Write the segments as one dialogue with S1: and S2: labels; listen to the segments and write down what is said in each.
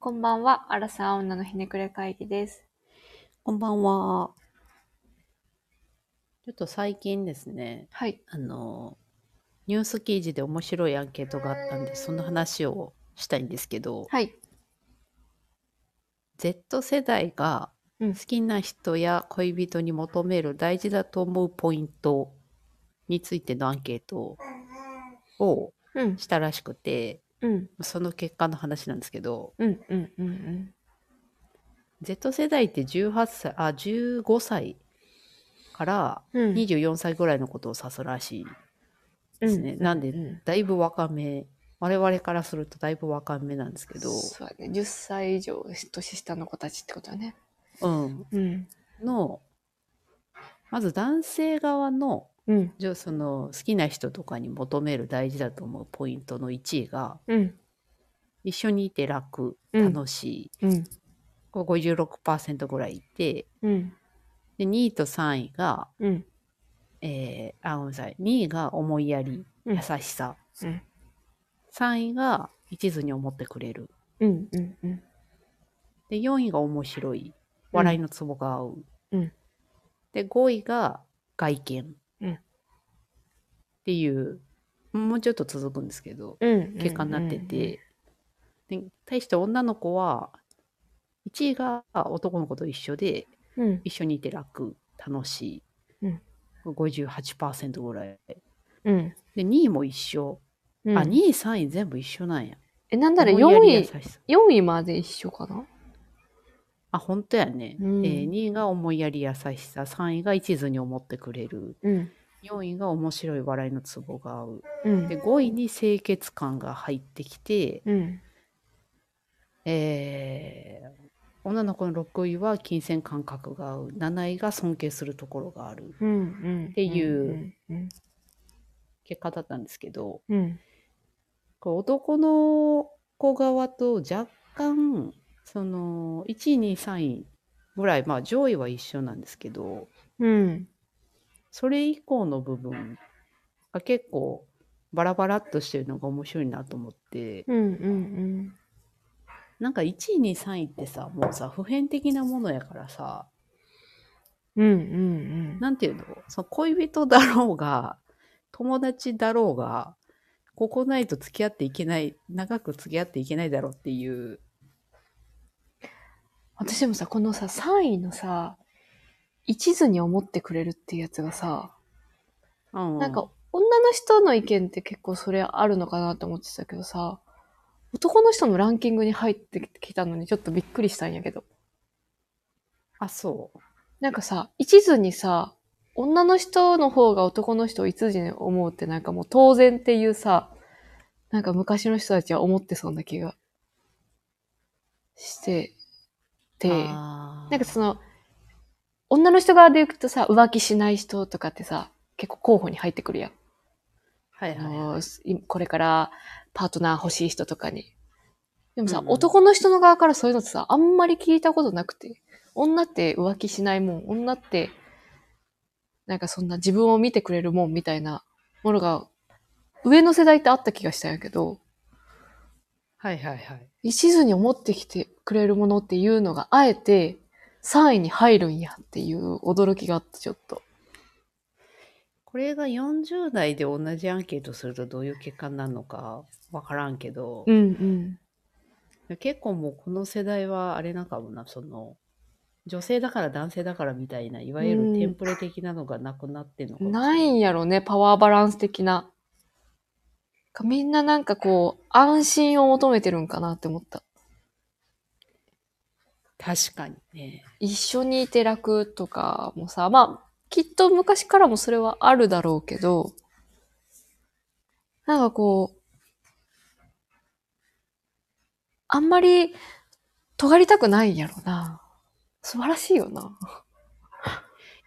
S1: こんばんは、アラサー女のひねくれ会議です。
S2: こんばんは。ちょっと最近ですね、
S1: はい。
S2: あの、ニュース記事で面白いアンケートがあったんで、その話をしたいんですけど、
S1: はい。
S2: Z 世代が
S1: うん
S2: 好きな人や恋人に求める大事だと思うポイントについてのアンケートを
S1: うん。
S2: したらしくて、
S1: うん。
S2: その結果の話なんですけど、
S1: うん。うん。うん。うん。
S2: Z 世代って18歳、あ、15歳から
S1: うん。
S2: 24歳ぐらいのことを指すらしいですね。
S1: うん
S2: なんで
S1: う、ん。
S2: だいぶ若め我々からするとだいぶ若めなんですけど、
S1: そうだね。10歳以上年下の子たちってことだね。
S2: うん、
S1: うん。
S2: のまず男性側の
S1: うん。
S2: じゃあその好きな人とかに求める大事だと思うポイントの1位が
S1: うん。
S2: 一緒にいて楽
S1: うん
S2: 楽しい、
S1: うん。
S2: これ56%ぐらいいて
S1: うん。
S2: で2位と3位が、
S1: うん。
S2: えーあごめんなさい2位が思いやり
S1: うん
S2: 優しさ、
S1: うん
S2: 3位が一途に思ってくれる
S1: うん。うん。うん。
S2: で4位が面白い笑いのツボが合う、
S1: うん
S2: で5位が外見、
S1: うん
S2: っていうもうちょっと続くんですけど
S1: うん。
S2: 結果になってて、で対して女の子は1位が男の子と一緒で
S1: うん。
S2: 一緒にいて楽楽しい、
S1: うん
S2: 58%ぐらい
S1: うん。
S2: で2位も一緒、
S1: うん。
S2: あ2位3位全部一緒なんや
S1: え、なんだろ、
S2: 思いや
S1: 4
S2: り
S1: 位、
S2: 優しさ
S1: 4位まで一緒かな
S2: あ本当やね、
S1: うん
S2: えー2位が思いやり優しさ3位が一途に思ってくれる
S1: うん。
S2: 4位が面白い笑いのツボが合う
S1: うん。
S2: で5位に清潔感が入ってきて、
S1: うん。
S2: えー女の子の6位は金銭感覚が合う7位が尊敬するところがある
S1: うん。うん。
S2: っていう。
S1: うん。
S2: 結果だったんですけど
S1: うん。
S2: これ男の子側と若干その1位2位3位ぐらい、まあ、上位は一緒なんですけど
S1: うん。
S2: それ以降の部分が結構バラバラっとしてるのが面白いなと思って
S1: うん。うん。
S2: なんか1位2位3位ってさもうさ普遍的なものやからさ
S1: うん。うん。うん。
S2: なんていうのその恋人だろうが友達だろうがここないと付き合っていけない長く付き合っていけないだろうっていう
S1: 私でもさ、このさ、3位のさ、一途に思ってくれるっていうやつがさ、
S2: な
S1: なんか女の人の意見って結構それあるのかなと思ってたけどさ、男の人のランキングに入ってきたのにちょっとびっくりしたんやけど。
S2: あそう
S1: なんかさ、一途にさ、女の人の方が男の人を一途に思うってなんかもう当然っていうさ、なんか昔の人たちは思ってそうな気がしてて、
S2: な
S1: なんかその、女の人側で行くとさ、浮気しない人とかってさ、結構候補に入ってくるやん。
S2: はい
S1: あ
S2: はい
S1: の
S2: はい
S1: いこれからパートナー欲しい人とかに。でもさ、
S2: うんうん
S1: 男の人の側からそういうのってさ、あんまり聞いたことなくて。女って浮気しないもん。女って、なんかそんな自分を見てくれるもんみたいなものが、上の世代ってあった気がしたんやけど、
S2: はいはいはい
S1: 一途に思ってきてくれるものっていうのがあえて3位に入るんやっていう驚きがあったちょっと。
S2: これが40代で同じアンケートするとどういう結果になるのかわからんけど、
S1: うん
S2: 結構もうこの世代はあれなんかもなその女性だから男性だからみたいないわゆ
S1: うん
S2: るテンプレ的なのがなくなってんのか
S1: うん。
S2: も
S1: ない
S2: しれ
S1: んやろね、パワーバランス的な。かみんななんかこう、安心を求めてるんかなって思った。
S2: 確かにね
S1: 一緒にいて楽とかもさ、まあ、きっと昔からもそれはあるだろうけど、なんかこう、あんまり尖りたくないんやろな。素晴らしいよな。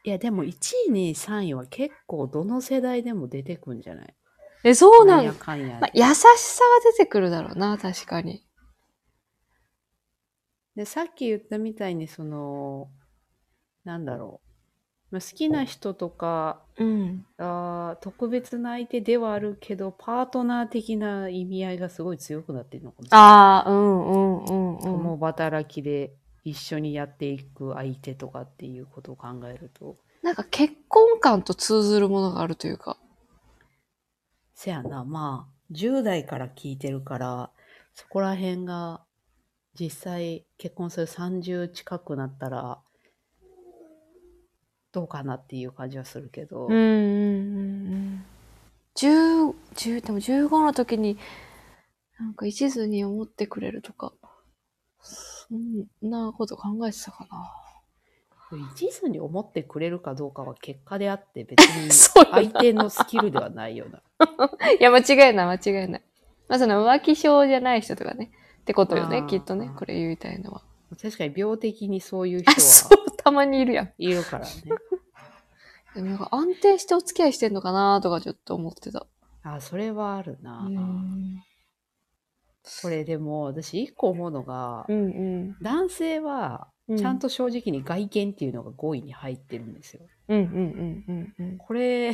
S2: いやでも1位2位3位は結構どの世代でも出てくんじゃない
S1: え、そうな
S2: なんん
S1: や
S2: や。かんや、
S1: まあ、優しさは出てくるだろうな、確かに。
S2: でさっき言ったみたいにそのなんだろう、まあ、好きな人とか
S1: うん。
S2: あー特別な相手ではあるけどパートナー的な意味合いがすごい強くなってるのかもしれない
S1: ああ、うんうんうんうんうん。
S2: 働きで一緒にやっていく相手とかっていうことを考えると、
S1: なんか結婚観と通ずるものがあるというか。
S2: せやな、まあ、10代から聞いてるから、そこら辺が、実際結婚する30近くなったら、どうかなっていう感じはするけど、
S1: うんうんうんうん。10、10でも15の時に、なんか一途に思ってくれるとか、そんなこと考えてたかな。
S2: 一途に思ってくれるかどうかは結果であって、別 に
S1: そうよな
S2: 相手のスキルではないような。
S1: いや、間違いない、間違いない。まあ、その浮気症じゃない人とかね。ってことよ
S2: あ
S1: ね、
S2: ー
S1: きっとね。これ言いたいのは。
S2: 確かに病的にそういう
S1: あ、 そ
S2: 人は
S1: う、たまにいるやん。
S2: いるからね。
S1: でもなんか安定してお付き合いしてんのかなとかちょっと思ってた。
S2: あ、それはあるな。
S1: うん
S2: これでも私一個思うのが
S1: う、ん
S2: 男性は
S1: うん。
S2: ちゃんと正直に外見っていうのが5位に入ってるんですよ。
S1: うんうんうんうんうん。
S2: これ、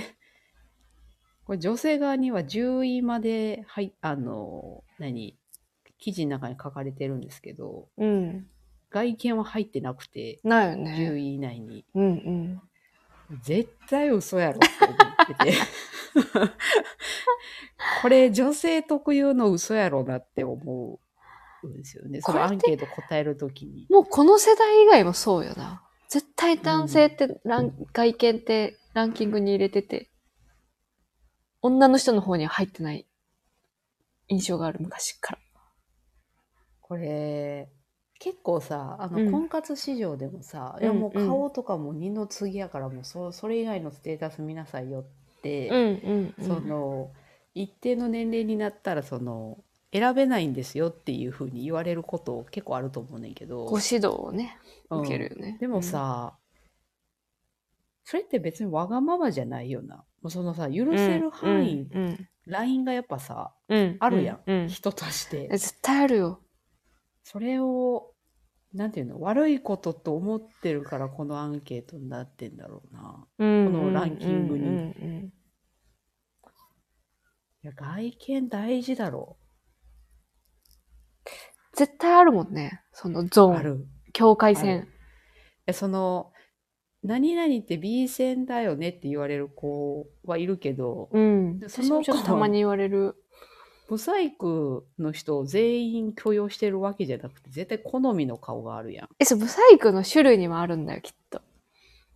S2: これ女性側には10位まで、はい、あの、何、記事の中に書かれてるんですけど、
S1: うん。
S2: 外見は入ってなくて、
S1: ないよね。
S2: 10位以内に、
S1: うんうん。
S2: 絶対嘘やろって思ってて。 これ女性特有の嘘やろなって思うんですよね。そのアンケート答えるときに。
S1: もうこの世代以外もそうよな。絶対男性ってラン、外見ってランキングに入れてて、女の人の方には入ってない印象がある昔から。
S2: これ結構さあ
S1: う
S2: の
S1: ん
S2: 婚活市場でもさ、
S1: うん
S2: いやもう
S1: うん
S2: 顔とかも二の次やからもうそそれ以外のステータス見なさいよって、
S1: んう
S2: その一定の年齢になったらその選べないんですよっていうふうに言われること結構あると思うねんけど、
S1: ご指導をね、
S2: うん
S1: 受けるよね。
S2: でも、さ、それって別にわがままじゃないよなもうそのさ許
S1: うん、
S2: せる範囲、
S1: うんうん
S2: ラインがやっぱさ
S1: うん、
S2: あるやん
S1: うんうん
S2: 人として
S1: え絶対あるよ。
S2: それを、なんていうの、悪いことと思ってるから、このアンケートになってんだろうな。
S1: こ
S2: のランキングに
S1: に。
S2: いや、外見大事だろ
S1: 絶対あるもんね。そのゾ
S2: う。
S1: ー
S2: あ
S1: ン。
S2: る。
S1: 境界
S2: あ
S1: 線
S2: る。え、その、何々って B 線だよねって言われる子はいるけど、
S1: うん。
S2: でそ
S1: 私
S2: の
S1: もちょっと
S2: 子
S1: たまに言われる。
S2: ブサイクの人を全員許容してるわけじゃなくて、絶対好みの顔があるやん。
S1: え、そう、ブサイクの種類にもあるんだよ、きっと。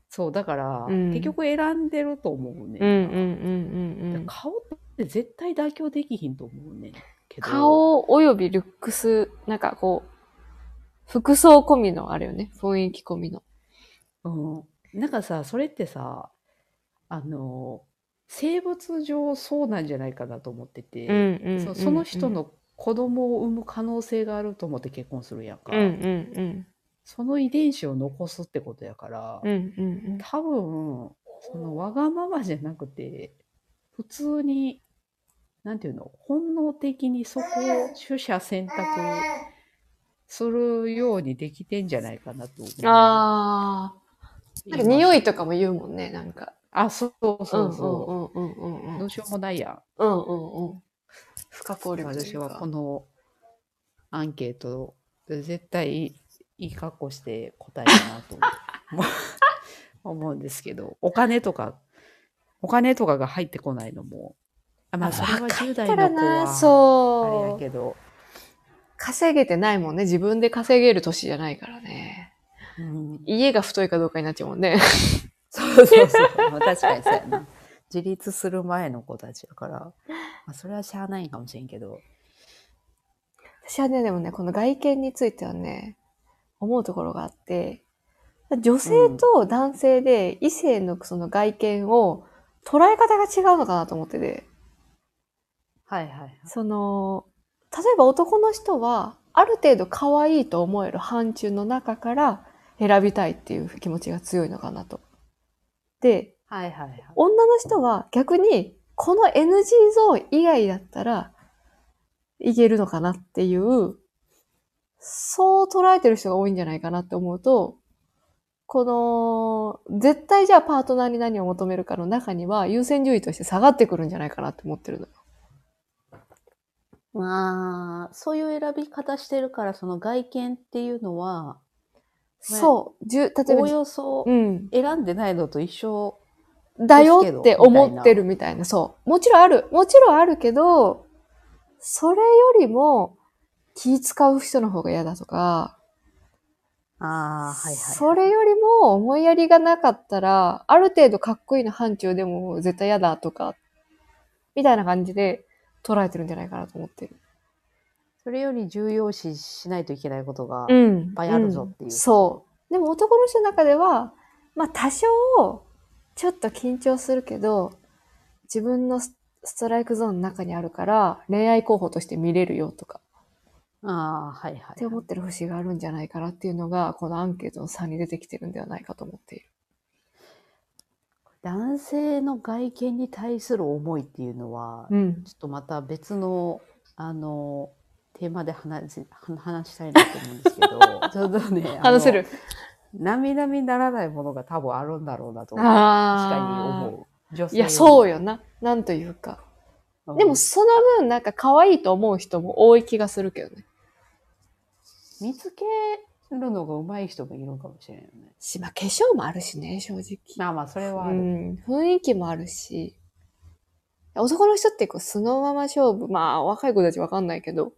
S2: そう、だから、
S1: うん
S2: 結局選んでると思うね。
S1: うんうんうんうんうん。
S2: 顔って絶対妥協できひんと思うねんけど。
S1: 顔およびルックス、なんかこう、服装込みのあるよね。雰囲気込みの。
S2: うん、なんかさそれってさあの生物上そうなんじゃないかなと思ってて、
S1: うんうんうんう
S2: そ
S1: ん
S2: その人。の子供を産む可能性があると思って結婚するやん
S1: う
S2: か、
S1: んうん
S2: その遺伝子を残すってことやから、
S1: うん。うんうんうん。
S2: 多分そのわがままじゃなくて普通になんていうの本能的にそこを取捨選択するようにできてんじゃないかなと思う。
S1: ああ。なんか匂
S2: い
S1: いとかも言うもんね、なんか。
S2: あそうそうそうそう。
S1: うんうんうんうんうん
S2: どうしようもないやん。
S1: うんうんうん。不可抗力とい
S2: 私
S1: うか
S2: はこのアンケート、絶対いい格好して答えたなと 思う思うんですけど、お金とか、お金とかが入ってこないのも、あまあ、それは10代
S1: だから
S2: の子
S1: な、
S2: はあれや
S1: そう。
S2: けど、
S1: 稼げてないもんね。自分で稼げる年じゃないからね。
S2: うん、
S1: 家が太いかどうかになっちゃうもんね。
S2: そうそうそう、まあ、確かにそうやな。自立する前の子たちだから、まあ、それはしゃあないんかもしれんけど、
S1: 私はね、でもね、この外見についてはね、思うところがあって、女性と男性で異性のその外見を捉え方が違うのかなと思ってて、
S2: はいはいはい。
S1: その、例えば男の人は、ある程度可愛いと思える範疇の中から選びたいっていう気持ちが強いのかなと。で、
S2: はいはいはい。
S1: 女の人は逆にこの NG ゾーン以外だったらいけるのかなっていう、そう捉えてる人が多いんじゃないかなって思うと、この、絶対じゃあパートナーに何を求めるかの中には優先順位として下がってくるんじゃないかなって思ってるのよ。
S2: まあ、そういう選び方してるから、その外見っていうのは、
S1: そう。じゅ例え
S2: おお
S1: ば、
S2: よそ
S1: うん。
S2: 選んでないのと一緒。
S1: だよって思ってるみたいな。そう。もちろんある。もちろんあるけど、それよりも気使う人の方が嫌だとか、
S2: ああ、
S1: それよりも思いやりがなかったら、ある程度かっこいいの範疇でも絶対嫌だとか、みたいな感じで捉えてるんじゃないかなと思ってる。
S2: それより重要視しないといけないことが、
S1: ん。いっ
S2: ぱいあるぞっていう
S1: そう。でも男の人の中では、まあ多少、ちょっと緊張するけど、自分のスストライクゾーンの中にあるから、恋愛候補として見れるよとか、
S2: ああ、はいは
S1: って思ってる節があるんじゃないかなっていうのが、このアンケートの差に出てきてるんではないかと思っている。
S2: 男性の外見に対する思いっていうのは、
S1: うん。
S2: ちょっとまた別の、あの、テーマで話し話したいなと思うんですけ ど、ちょっとね、あの
S1: 話せる。
S2: 並々ならないものが多分あるんだろうなと、確かに
S1: あ
S2: 思う。女
S1: あ。
S2: 性
S1: いや、そうよな。なんというか。
S2: より。
S1: で
S2: う
S1: も
S2: ん、
S1: その分、なんか可愛いと思う人も多い気がするけどね。
S2: 見つけるのが上手い人もいるのかもしれないよね。
S1: し、まあ化粧もあるしね、正直。
S2: まあまあ、それはあ
S1: う
S2: る。
S1: ん、雰囲気もあるし、男の人ってこうそのまま勝負、まあ若い子たちわかんないけど、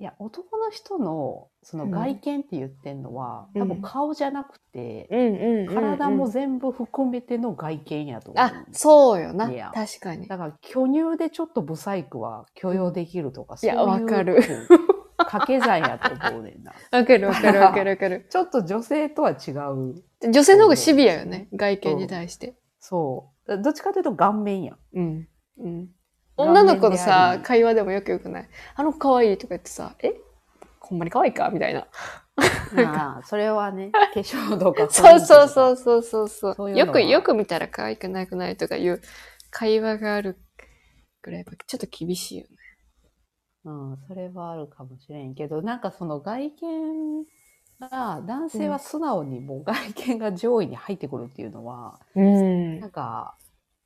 S2: いや、男の人の、その
S1: うん
S2: 外見って言ってんのは、
S1: うん
S2: 多分顔じゃなくて、
S1: んうん
S2: 体も全部含めての外見やと思う。
S1: あ、そうよな、
S2: いや
S1: 確かに。
S2: だから、巨乳でちょっとブサイクは許容できるとか、
S1: いや
S2: そうう
S1: わかる
S2: こう掛け算やと思うね んな。
S1: わかるわかるわかるわかる。
S2: ちょっと女性とは違う。
S1: 女性の方がシビアよね、外見に対して。
S2: そう。どっちかというと顔面やん。
S1: うん。うん。
S2: 顔
S1: 女
S2: 面であり
S1: の子のさ、会話でもよくよくない。あの子可愛いとか言ってさ、えほんまに可愛いかみたいな。
S2: ああ、それはね、化粧とか。。
S1: そうそうそううそうそうそう
S2: そういうの
S1: よ
S2: は
S1: く、よく見たら可愛くなくないとかいう会話があるぐらいやっぱちょっと厳しいよね。
S2: うん、それはあるかもしれんけど、なんかその外見が、男性は素直にもう外見が上位に入ってくるっていうのは、
S1: うん
S2: なんか、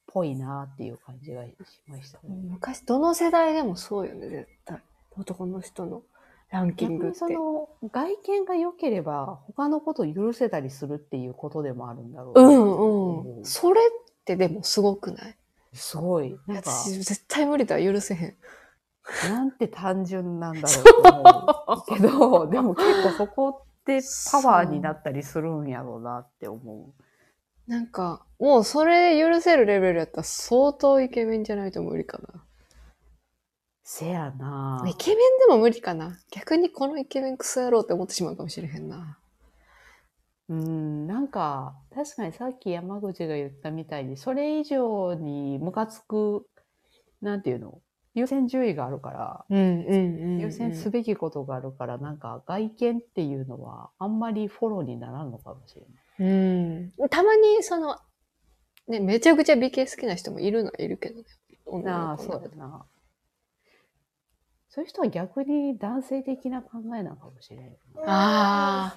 S2: ぽいなっていう感じがしましたね。
S1: 昔、どの世代でもそうよね、絶対。男の人のランキン
S2: 逆
S1: グっ
S2: に
S1: て
S2: そ。の外見が良ければ他のことを許せたりするっていうことでもあるんだろう
S1: う
S2: なと
S1: ん
S2: 思
S1: うん。それってでもすごくない
S2: すごいなんか
S1: 私、絶対無理だ、許せへん。
S2: なんて単純なんだろうと思うけど でも結構そこってパワーになったりするんやろうなって思う
S1: なんか、もうそれ許せるレベルやったら相当イケメンじゃないと無理か
S2: せやな
S1: な。イケメンでも無理かな。逆にこのイケメンクソ野郎って思ってしまうかもしれへんな。
S2: うんなんか確かにさっき山口が言ったみたいにそれ以上にムカつくなんていうの優先順位があるから
S1: うんうんうん。
S2: 優先すべきことがあるから、なんか外見っていうのはあんまりフォローにならんのかもしれない。
S1: うん。たまに、その、ね、めちゃくちゃ美形好きな人もいるのはいるけどね。女
S2: な
S1: の
S2: あ、
S1: 子
S2: そ
S1: の
S2: うだな。そういう人は逆に男性的な考えなのかもしれない。
S1: ああ。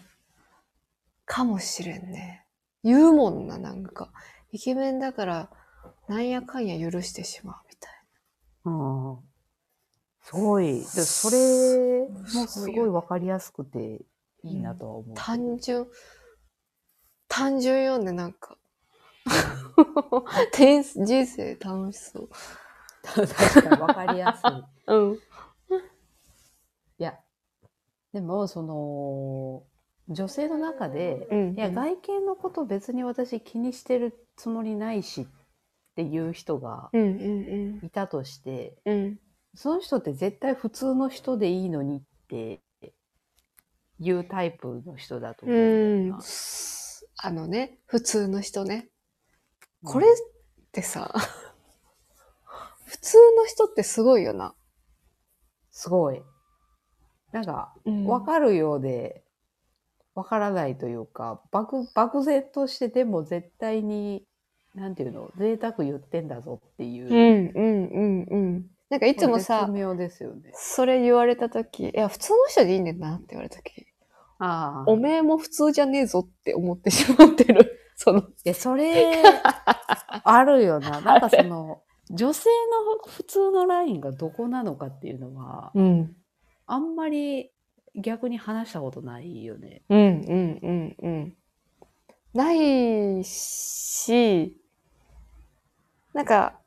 S1: かもしれんね。言うもんな、なんか。イケメンだから、なんやかんや許してしまうみたい
S2: うん。すごい。でそれもすごいわかりやすくていいなとは思う。
S1: な。単純、単純よね、なん か。天人生楽しそう。
S2: 確かにわかりやすい。
S1: うん。
S2: いや、でも、その、女性の中で、
S1: うん。
S2: いや、外見のこと別に私気にしてるつもりないしっていう人が
S1: うんうん
S2: いたとして、
S1: うん。うん。
S2: その人って絶対普通の人でいいのにっていうタイプの人だと思う
S1: うん
S2: だよな。
S1: あのね、普通の人ね。
S2: うん
S1: これってさ、 普通の人ってすごいよな。
S2: すごい。なんか、
S1: うん
S2: わかるようで、わからないというか、漠漠然としてでも絶対に、なんていうの、贅沢言ってんだぞっていう。
S1: う
S2: い
S1: んうんうんうん。なんかいつもさ
S2: 絶、妙ですよね。
S1: それ言われたとき、いや、普通の人でいいねんなって言われたとき、
S2: ああ。
S1: おめえも普通じゃねえぞって思 ってしまってる。その、
S2: いや、それ、あるよな。なんかその、女性の普通のラインがどこなのかっていうのは、
S1: うん。
S2: あんまり逆に話したことないよね。
S1: うん、うん、うん、うん。ないし、なんか、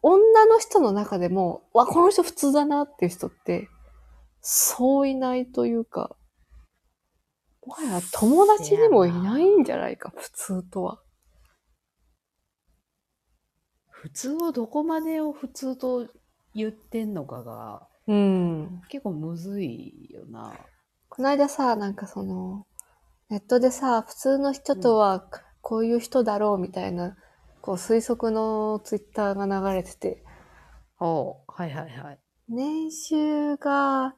S1: 女の人の中でも、わ、この人普通だなっていう人って、そういないというか、もはや友達にもいないんじゃないか、普通とは。
S2: 普通をどこまでを普通と言ってんのかが
S1: うん。
S2: 結構むずいよな。
S1: この間さ、なんかその、ネットでさ、普通の人とはこういう人だろうみたいな、こう推測のツイッターが流れてて、
S2: おうはいはいはい。
S1: 年収が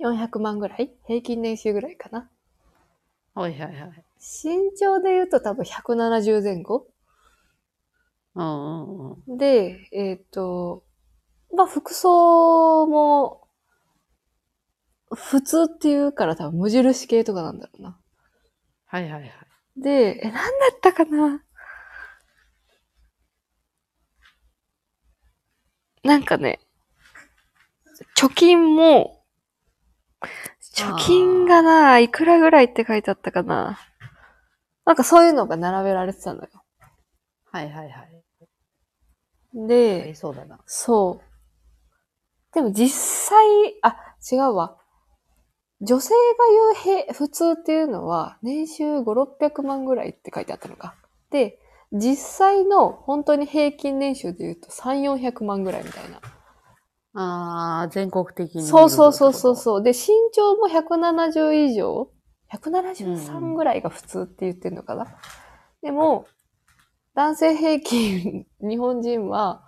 S1: 400万ぐらい平均年収ぐらいかな。
S2: はいはいはい。
S1: 身長で言うと多分170前後
S2: うんうんうん。
S1: で、えっ、と、まあ服装も普通っていうから多分無印系とかなんだろうな。
S2: はいはいはい。
S1: で、え、なんだったかななんかね、貯金も、貯金がな、いくらぐらいって書いてあったかななんかそういうのが並べられてたのよ。
S2: はいはいはい。あり
S1: で、
S2: そうだな。
S1: そう。でも実際、あ、違うわ。女性が言うへ普通っていうのは、年収5、600万ぐらいって書いてあったのか。で、実際の本当に平均年収で言うと3、400万ぐらいみたいな。
S2: ああ、全国的に。
S1: そうそうそうそうそう。で、身長も170以上 ?173 ぐらいが普通って言ってんのかな、でも、男性平均、日本人は、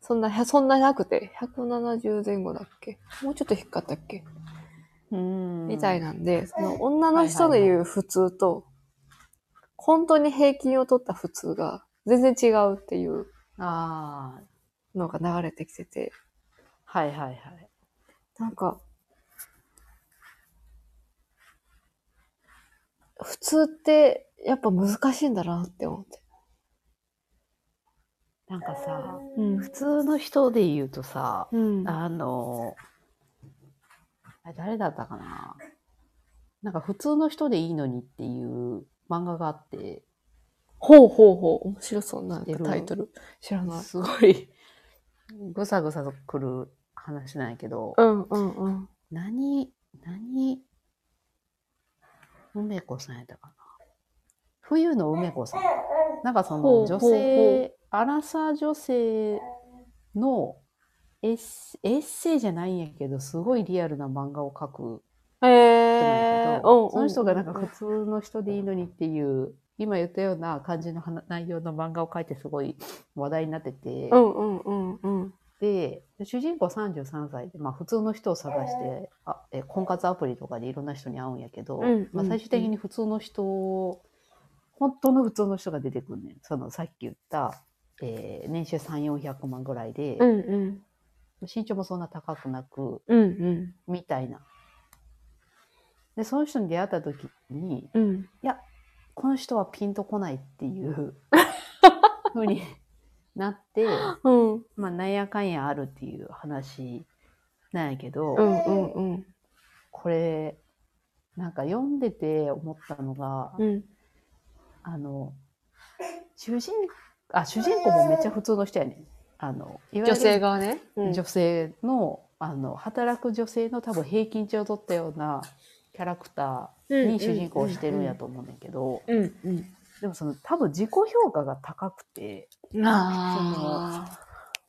S1: そんな、そんななくて、170前後だっけもうちょっと低かったっけ、
S2: う。うん。
S1: みたい
S2: な。
S1: なんで、その女の人の言う普通と、本当に平均を取った普通が全然違うっていう
S2: ああ、
S1: のが流れてきてて、
S2: はいはいはい。
S1: なんか、普通ってやっぱ難しいんだなって思って。
S2: なんかさ、
S1: うん
S2: 普。通の人で言うとさ、
S1: うん。
S2: あの、あれ誰だったかななんか普通の人でいいのにっていう漫画があって、
S1: ほうほうほう。面白そうななん
S2: 知って
S1: か
S2: る
S1: タイトル。知らない。
S2: すごい、ぐさぐさとくる話なんやけど、
S1: うんうんうん。
S2: 何、何、梅子さんやったかな冬の梅子さん。なんかそ
S1: ほ
S2: の
S1: う
S2: 女
S1: ほうほ
S2: 性、アラサー女性のエッセエッセイじゃないんやけど、すごいリアルな漫画を描く人なんや
S1: えー。
S2: け
S1: うん
S2: ど、その人がなんか
S1: うん
S2: 普通の人でいいのにっていう、今言ったような感じの話内容の漫画を描いてすごい話題になってて、
S1: うんうんうん
S2: で、主人公33歳で、まあ普通の人を探して、あえ婚活アプリとかでいろんな人に会うんやけど、
S1: うん
S2: まあ、最終的に普通の人を、本当の普通の人が出てくるねん。そのさっき言った、えー年収3、400万ぐらいで、
S1: うん。うんうん。
S2: 身長もそんな高くなく、
S1: うんうん。
S2: みたいな。で、その人に出会った時に、
S1: うん。
S2: この人はピンとこないっていうふうになって、
S1: うん。
S2: まあ、なんやかんやあるっていう話なんやけど、
S1: うんうんうん。
S2: これなんか読んでて思ったのが、
S1: うん。
S2: あの主人あ主人公もめっちゃ普通の人やねんあのいわゆ
S1: 女
S2: る
S1: 性側ね。うん
S2: 女性のあの働く女性の多分平均値を取ったようなキャラクターに主人公をしてるんや。と思うねんだけど、
S1: うんうん
S2: でもその多分自己評価が高くて
S1: うん。あ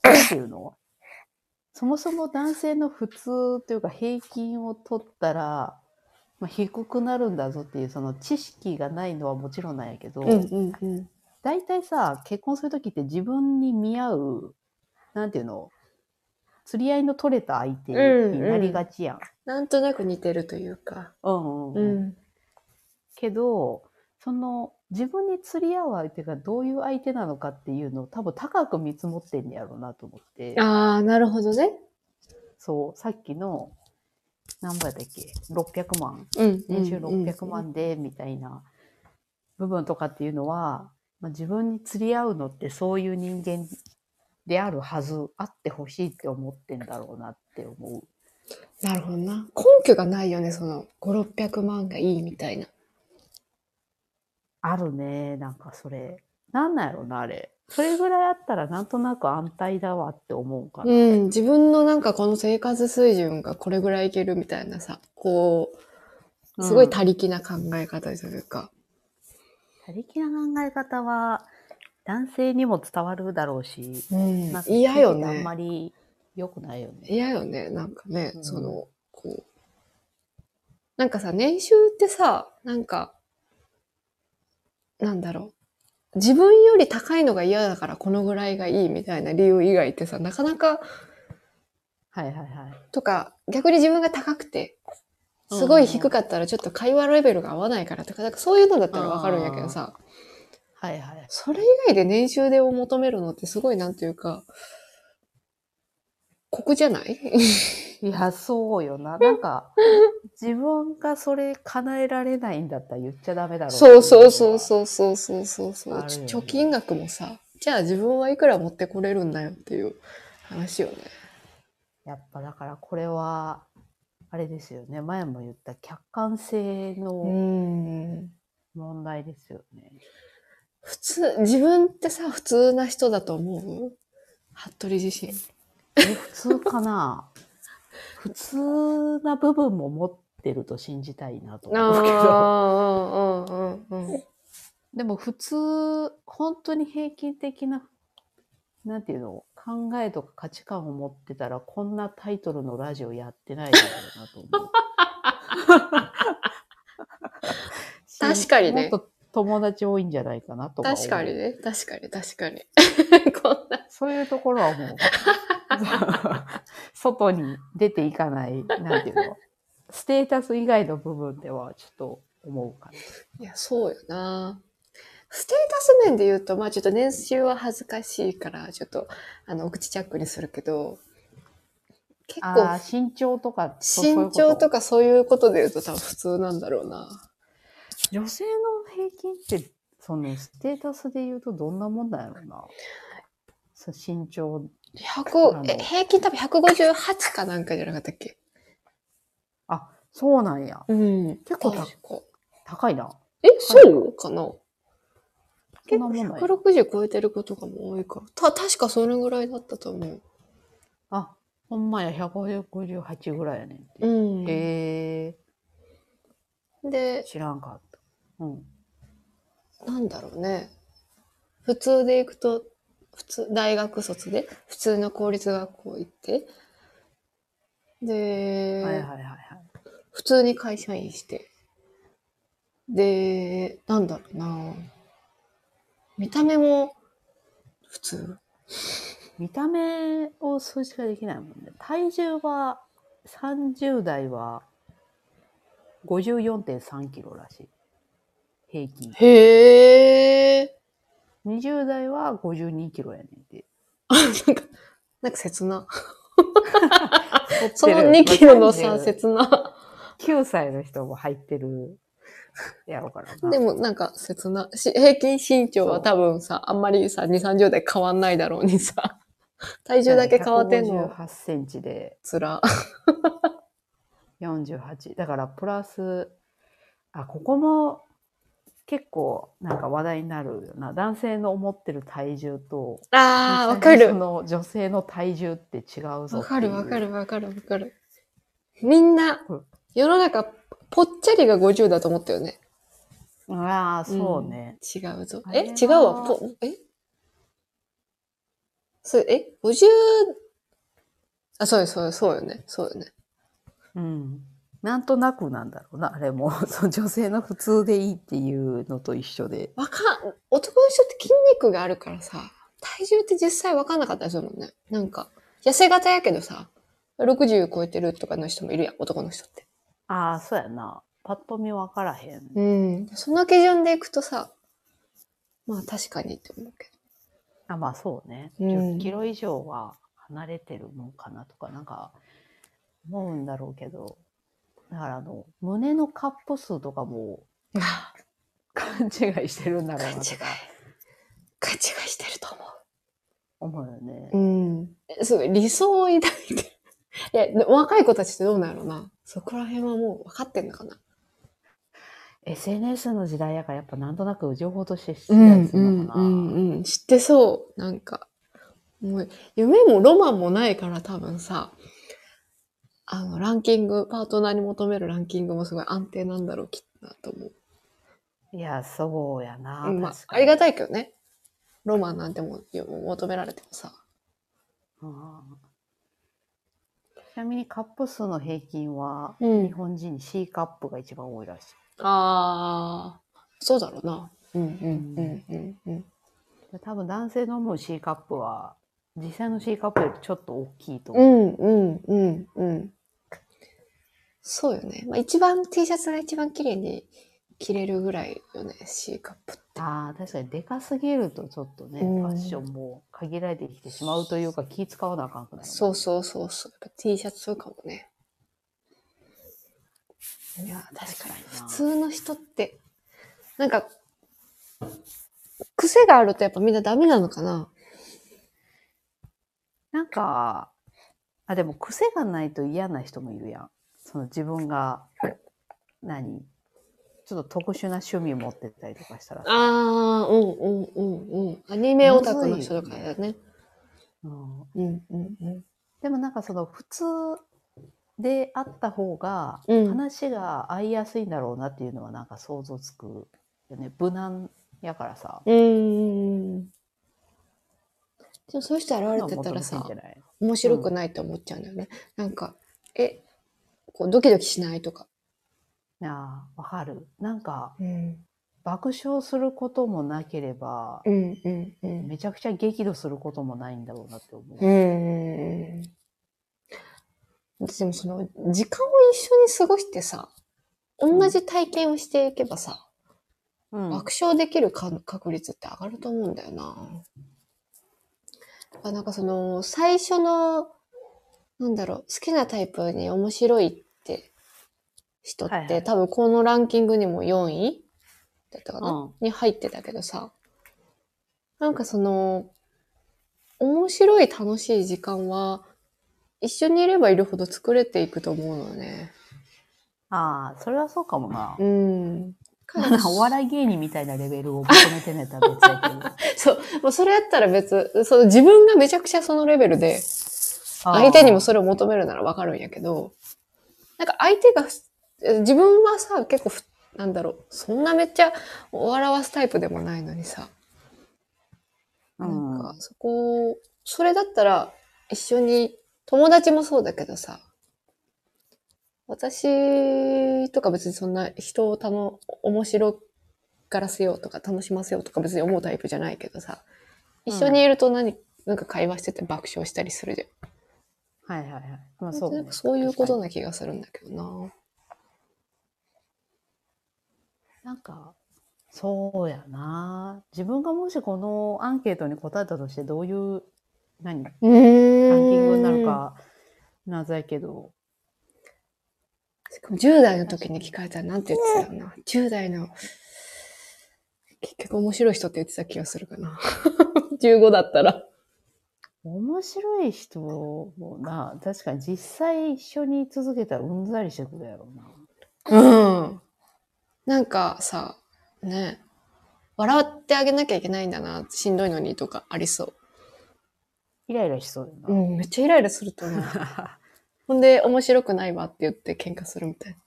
S2: なんていうのそもそも男性の普通というか平均を取ったら、まあ、低くなるんだぞっていうその知識がないのはもちろんなんやけど、
S1: あ。うんうんうん。
S2: 大体さ結婚する時って自分に見合うなんていうの釣り合いの取れた相手になりがちやん。
S1: なんとなく似てるというか。
S2: うんうんうん
S1: ん。
S2: けどその自分に釣り合う相手がどういう相手なのかっていうのを多分高く見積もってんねやろうなと思って。
S1: ああ、なるほどね。
S2: そう、さっきの、何倍だっけ ?600 万。
S1: うん
S2: 年収600。万で、みたいな部分とかっていうのは、まあ、自分に釣り合うのってそういう人間であるはず、あってほしいって思ってんだろうなって思う。
S1: なるほどな。根拠がないよね、その、5、600万がいいみたいな。
S2: あるね、なんかそれ。なんなんやろな、あれ。それぐらいあったらなんとなく安泰だわって思うから。
S1: うん、自分のなんかこの生活水準がこれぐらいいけるみたいなさ、こう、すごい他力な考え方というか。
S2: 他力な考え方は男性にも伝わるだろうし、
S1: うん
S2: なんか
S1: 嫌よ
S2: あん
S1: ね
S2: ま。り良くないよね。
S1: 嫌よね、なんかね、
S2: うん
S1: その、こう。なんかさ、年収ってさ、なんか、なんだろう。自分より高いのが嫌だからこのぐらいがいいみたいな理由以外ってさ、なかなか、
S2: はいはいはい。
S1: とか、逆に自分が高くて、すごい低かったらちょっと会話レベルが合わないからとか、なんかそういうのだったらわかるんやけどさ、
S2: はいはい。
S1: それ以外で年収でを求めるのってすごいなんていうか、酷じゃない
S2: いや、そうよな。なんか、自分がそれ叶えられないんだったら言っちゃダメだろ
S1: そうそうそうそうそうそうそうそう、
S2: あるよね
S1: 貯金額もさ、じゃあ自分はいくら持ってこれるんだよっていう話よね。
S2: う。やっぱだからこれは、あれですよね。前も言った客観性の
S1: ん。
S2: 問題ですよね。
S1: 普通、自分ってさ、普通な人だと思う服部自身。
S2: え、普通 かな普通な部分も持ってると信じたいなと思うけど。
S1: あー、うんうんうんうん。
S2: でも普通、本当に平均的な、なんていうの、考えとか価値観を持ってたら、こんなタイトルのラジオやってないだろうなと思う。
S1: 確かにね
S2: もっと友達多いんじゃないかなと思う。
S1: 確かに。ね。確かに、確かに。 こんな。
S2: そういうところはも う、外に出ていかない、なんていうの、ステータス以外の部分ではちょっと思うかな。
S1: いや、そうよな。ステータス面で言うと、まあちょっと年収は恥ずかしいから、ちょっと、あの、お口チャックにするけど、結
S2: ああ
S1: 構、
S2: ー、身長とか、そう
S1: 身長と
S2: か。
S1: かそういうことで言うと多分普通なんだろうな。
S2: 女性の平均って、そのステータスで言うとどんなもんだろうな。そう身長、
S1: 100、え平均多分158かなんかじゃなかったっけ
S2: あ、そうなんや。
S1: うん。
S2: 結構高い
S1: 確か。
S2: 高いな。
S1: え、そうかな
S2: そ
S1: 結
S2: んな
S1: 構
S2: もんなんや
S1: 160超えてることがもう多いから。た、確かそれぐらいだったと思う。
S2: あ、ほんまや、158ぐらいやねんて。
S1: うん。
S2: へ
S1: で
S2: え、、知らんかった。うん。
S1: なんだろうね。普通で行くと、普通、大学卒で、普通の公立学校行って、で、
S2: はいはいはいはい。
S1: 普通に会社員して、で、なんだろうな見た目も普通。
S2: 見た目を数値化できないもんね。体重は30代は54.3キロらしい。平均。
S1: へえ。
S2: 20代は52キロやねんて。
S1: なんか、なんか切な。そ
S2: 太って
S1: の
S2: る
S1: 2キロの
S2: まあ
S1: 差切な。
S2: 9歳の人も入ってるやろうからな。
S1: でもなんか切な。し平均身長は多分さ、あんまりさ、2、30代変わんないだろうに さ。体重だけ変わってんの、
S2: 158センチで
S1: つら。
S2: 48。だからプラス、あ、ここも結構なんか話題になるよな。男性の思ってる体重と、
S1: あ
S2: 実際にそ。の女性の体重って違うぞ
S1: わ
S2: っていう。
S1: かるわかるわかるわかる。みんな
S2: うん、
S1: 世の中、ぽっちゃりが50だと思ったよね。
S2: ああ、そうね。
S1: 違うぞ
S2: あ。
S1: え
S2: れは
S1: 違うわ。ぽえそれ、え ?50? あ、そうよ、そうよ、そうよね。そうよね。
S2: うん。なんとなくなんだろうな、あれも。 その女性の普通でいいっていうのと一緒で。
S1: わかん、男の人って筋肉があるからさ、体重って実際わかんなかったりするもんね。なんか、痩せ型やけどさ、60超えてるとかの人もいるやん、男の人って。
S2: ああ、そうやな。パッと見わからへん。
S1: うん。その基準でいくとさ、まあ確かにって思うけ
S2: あまあそうね。
S1: うん
S2: 10キロ以上は離れてるもんかなとか、なんか思うんだろうけど。だからあの、胸のカップ数とかも
S1: ど。
S2: 勘違いしてるんだろう
S1: 勘
S2: な
S1: 違い
S2: とか。
S1: 勘違いしてると思う。
S2: 思うよね。
S1: うん。すごい理想を抱い て。いや、で若い子たちってどうなんやろうな。そこら辺はもう分かってんのかな。
S2: SNS の時代やからやっぱなんとなく情報として知って
S1: う
S2: た
S1: ん
S2: りす
S1: う
S2: る
S1: ん
S2: のか
S1: う
S2: な。
S1: んうん。知ってそう。なんか。もう夢もロマンもないから多分さ、あの、ランキング、パートナーに求めるランキングもすごい安定なんだろうきっとなと思う。
S2: いや、そうやな。
S1: うんまあ
S2: 確、か
S1: あ
S2: に
S1: りがたいけどね。ロマンなんてもう求められてもさ。
S2: あーちなみにカップ数の平均は、
S1: うん
S2: 日本人に C カップが一番多いらしい。
S1: ああ、そうだろうな。うん
S2: うん
S1: うんうんうん。
S2: で多分男性の思う C カップは、実際の C カップよりちょっと大きいと
S1: う
S2: 思
S1: んう
S2: う。
S1: んうんうん。そうよね。まあ、一番 T シャツが一番綺麗に着れるぐらいよね、C カップって。
S2: ああ、確かにでかすぎるとちょっとね、
S1: うん
S2: ファッションも限られてきてしまうというか気使わなあかんくなる。
S1: そうそうそうそう。やっぱ T シャツとかもね。いや、確かに。普通の人って、なんか、癖があるとやっぱみんなダメなのかな。
S2: なんか、あ、でも癖がないと嫌な人もいるやん。その自分が、何ちょっと特殊な趣味持ってたりとかしたら。
S1: ああ、うんうんうんうん。アニメオタクの人とかだよね。
S2: うん、
S1: うんうんうん。
S2: でもなんかその普通であった方が
S1: うん
S2: 話が合いやすいんだろうなっていうのはなんか想像つくよね。無難やからさ。
S1: うーん。でもそういう人現れてたらさ
S2: そういうのは求め、てんじゃない
S1: 面白くないと思っちゃうんだよね。なんか、え、こうドキドキしないとか。
S2: なあ、わかる。なんか
S1: うん。
S2: 爆笑することもなければ、
S1: うんうんうん。
S2: めちゃくちゃ激怒することもないんだろうなって思う。
S1: うん。私でもその、時間を一緒に過ごしてさ、同じ体験をしていけばさ、
S2: うん
S1: 爆笑できるか確率って上がると思うんだよな。あなんかその、最初の、なんだろう、好きなタイプに面白いって人って、
S2: はいはい
S1: 多分このランキングにも4位だったかな、
S2: うん
S1: に入ってたけどさ、なんかその、面白い楽しい時間は、一緒にいればいるほど作れていくと思うのよね。
S2: ああ、それはそうかもな。
S1: うん。
S2: なんかお笑い芸人みたいなレベルを求めてんねたら別 やけど。
S1: そう。もうそれやったら別、その自分がめちゃくちゃそのレベルで、
S2: あー
S1: 相手にもそれを求めるならわかるんやけど、なんか相手がふ、え自分はさ、結構ふ、なんだろう、そんなめっちゃ笑わすタイプでもないのにさ、
S2: う
S1: なん
S2: ん。
S1: かそこを、それだったら一緒に、友達もそうだけどさ、私とか別にそんな人をたの、面白がらせようとか楽しませようとか別に思うタイプじゃないけどさ、一緒にいると何、なんか会話してて爆笑したりするじゃん。
S2: はいはいはい。まあ
S1: そ,、
S2: そううね。
S1: そういうことな気がするんだけどな。
S2: なんか、そうやな。自分がもしこのアンケートに答えたとして、どういう、何、ラン
S1: うー
S2: キ
S1: ん
S2: ングになる。か、謎やけど。
S1: しかも10代の時に聞かれたらなんて言ってたよな。10代の、結局面白い人って言ってた気がするかな。15だったら。
S2: 面白い人もな、確かに実際一緒に続けたらうんざりしてくるやろうな。
S1: うん。なんかさ、ね、笑ってあげなきゃいけないんだな、しんどいのにとかありそ
S2: イライラしそうや
S1: う。
S2: な。
S1: ん、めっちゃイライラすると思 う。ほんで、面白くないわって言って喧嘩するみたいな。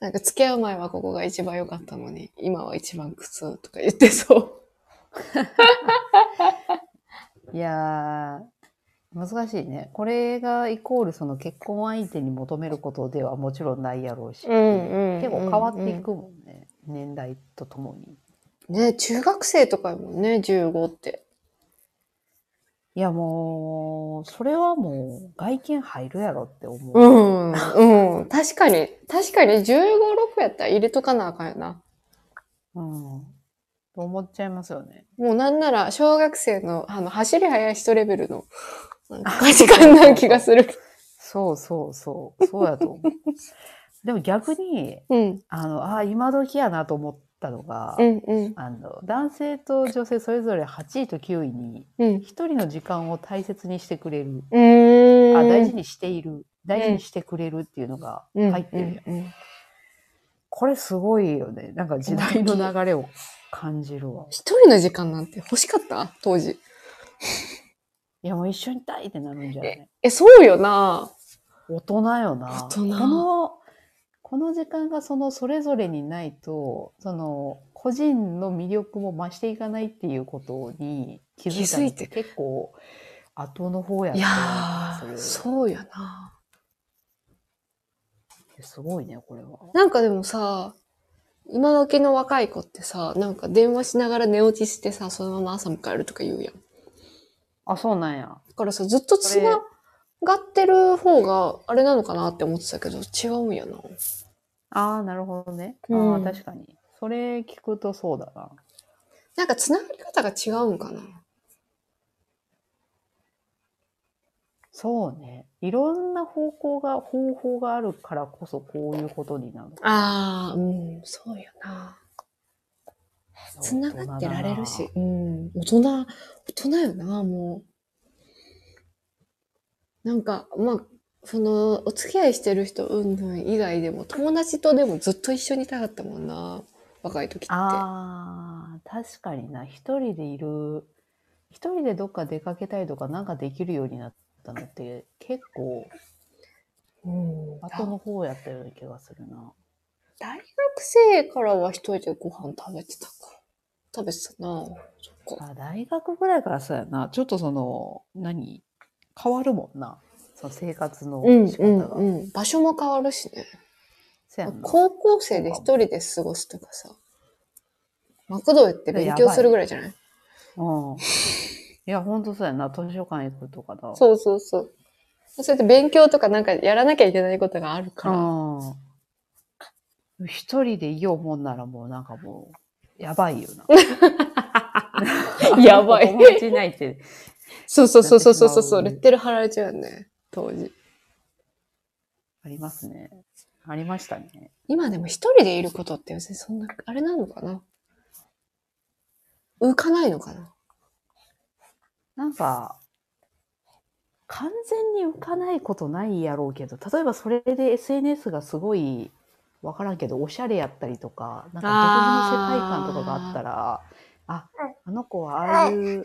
S1: なんか付き合う前はここが一番良かったのに、今は一番苦痛とか言ってそう。
S2: いやー、難しいね。これがイコールその結婚相手に求めることではもちろんないやろうし、
S1: 結
S2: 結構変わっていくもんね。年代とともに。
S1: ね中学生とかやもんね15って
S2: いやもう、それはもう外見入るやろって思う。
S1: んうん確かに確かに1 5 6やったら入れとかなあかんよな
S2: うん。と思っちゃいますよね。
S1: もうなんなら小学生のあの走り速い人レベルのなんか価値観な気がする
S2: そうそうそう。そうやと思う。でも逆に、
S1: うん
S2: あの、ああ、今時やなと思っったのが、
S1: うんうん。
S2: あの男性と女性それぞれ8位と9位に
S1: うん。
S2: 一人の時間を大切にしてくれる、
S1: うーん。
S2: あ大事にしている大事にしてくれるっていうのが入ってる
S1: う
S2: やん、
S1: んうんうん
S2: これすごいよねなんか時代の流れを感じるわ
S1: 一人の時間なんて欲しかった当時。
S2: いやもう一緒にいたいってなるんじゃない
S1: え、そうよな
S2: 大人よな
S1: 大人
S2: このこの時間がそのそれぞれにないとその個人の魅力も増していかないっていうことに気づいたのって
S1: 気づい
S2: 結構後の方やっ
S1: いや
S2: た
S1: ー、
S2: る
S1: そうやな
S2: すごいねこれは
S1: なんかでもさ、今時の若い子ってさ、なんか電話しながら寝落ちしてさ、そのまま朝迎えるとか言うやん。だ
S2: あそうなんや
S1: からさ、ずっと繋がってる方があれなのかなって思ってたけど、違うんやな。
S2: ああなるほどねあ
S1: うん
S2: あ確かにそれ聞くとそうだな
S1: なんか繋がり方が違うんかな。
S2: そうねいろんな方向が方法があるからこそこういうことになる
S1: あー、うん、そうやなつながってられるし、うん、大人、大人よな、もう。なんか、まあ、その、お付き合いしてる人、うんぬん以外でも、友達とでもずっと一緒にいたかったもんな、若い時って。
S2: あー確かにな一人でいる一人でどっか出かけたりとかなんかできるようになったのって結構
S1: うん、
S2: 後の方やったような気がするな
S1: 大学生からは一人でご飯食べてたか。食べてたな。そっか。
S2: あ大学ぐらいからそうやなちょっとその何変わるもんなその生活の
S1: うん、
S2: 仕
S1: う
S2: 方
S1: ん、
S2: が、
S1: うん。場所も変わるしね。
S2: そうやんな
S1: 高校生で一人で過ごすとかさ、マクド行って勉強するぐらいじゃない
S2: うん。いや、ほんとそうやな。図書館行くとかだ。う
S1: そうそうそう。そうやって勉強とかなんかやらなきゃいけないことがあるから。
S2: か。うん。一人でいようもんならもうなんかもう、やばいよな。
S1: やばい
S2: 友達いないって。
S1: そうそうそうそうそうそう。
S2: なってしまう
S1: レッテル貼られちゃうよね。当時。
S2: ありますね。ありましたね。
S1: 今でも一人でいることって別にそんな、あれなのかな浮かないのかな
S2: なんか、完全に浮かないことないやろうけど、例えばそれで SNS がすごい、わからんけど、おしゃれやったりとか、なんか独自の世界観とかがあったら、あ、あの子はああいう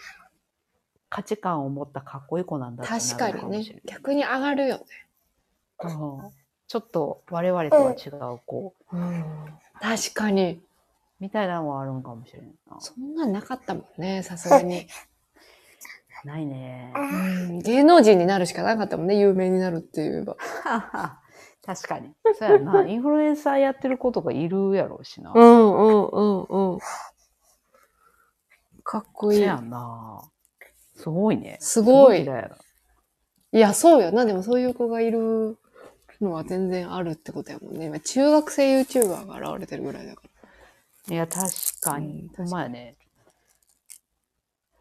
S2: 価値観を持ったかっこいい子なんだってな
S1: 確か
S2: る
S1: に
S2: もしれ
S1: ね。
S2: ない
S1: 逆に上がるよね。
S2: うんちょっと我々とは違う子、
S1: 確かに。
S2: みたいなのはあるんかもしれんな。
S1: そんなんなかったもんね、さすがに。
S2: ないね。
S1: うん芸能人になるしかなかったもんね、有名になるって言えば。
S2: 確かに。そう やな。インフルエンサーやってる子とかいるやろうしな。
S1: うんうんうんうん。かっこい
S2: せ
S1: い
S2: や。んな。すごいね。
S1: すご
S2: 時
S1: い。
S2: 代やない
S1: や、そうよな。でもそういう子がいるのは全然あるってことやもんね。今、中学生 YouTuber が現れてるぐらいだか
S2: いや、確かに。
S1: うん
S2: ほんまやね。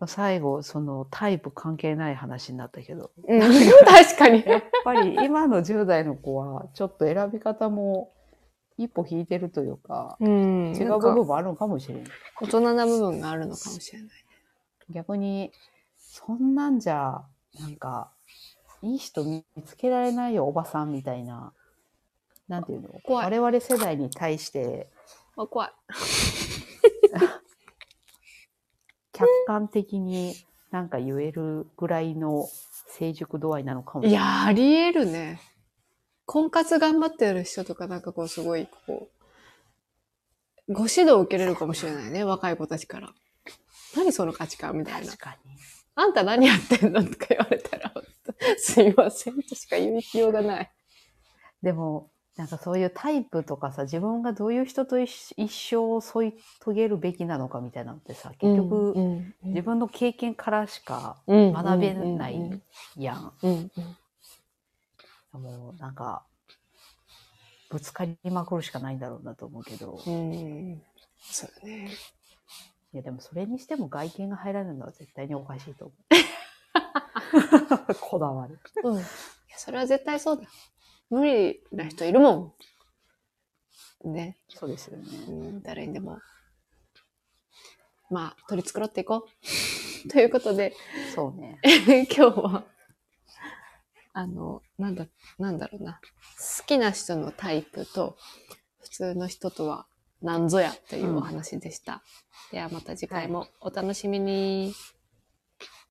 S2: 最後、そのタイプ関係ない話になったけど、
S1: ら。うん、確かに。
S2: やっぱり 今の10代の子は、ちょっと選び方も一歩引いてるというか、
S1: うん。
S2: 違う
S1: なん
S2: 部
S1: か
S2: 分もあるのかもしれない。
S1: 大人な部分があるのかもしれない。
S2: 逆に、そんなんじゃ、なんか、いい人見つけられないよ、おばさんみたいな。なんていうの
S1: 怖い
S2: 我々世代に対して、
S1: あ、怖い。
S2: 客観的になんか言えるぐらいの成熟度合いなのかもし
S1: い
S2: れない。
S1: や、ありえるね。婚活頑張ってる人とか、なんかこう、すごい、こう、ご指導受けれるかもしれないね、若い子たちから。何その価値観みたいな
S2: 確。かに。
S1: あんた何やってんのとか言われたら、すいませんとしか言いようがない。
S2: でも、なんかそういうタイプとかさ、自分がどういう人と一一生を添い遂げるべきなのかみたいなのってさ、結局、
S1: うん
S2: 自分の経験からしか
S1: 分
S2: 学べない
S1: うん
S2: やん。
S1: うん
S2: もうなんか、ぶつかりまくるしかないんだろうなと思うけど、
S1: う
S2: い
S1: んうんそうだね。
S2: やでもそれにしても外見が入らないのは絶対におかしいと思う。こだわる。
S1: うん。いや、それは絶対そうだ。無理な人いるもん。ね。
S2: そうですよね。
S1: うん誰にでもまあ、取り繕っていこう。 ということで、
S2: そうね。
S1: 今日は、あの、なんだ、なんだろうな。好きな人のタイプと、普通の人とは何ぞやというお話でした。ではまた次回もお楽しみに。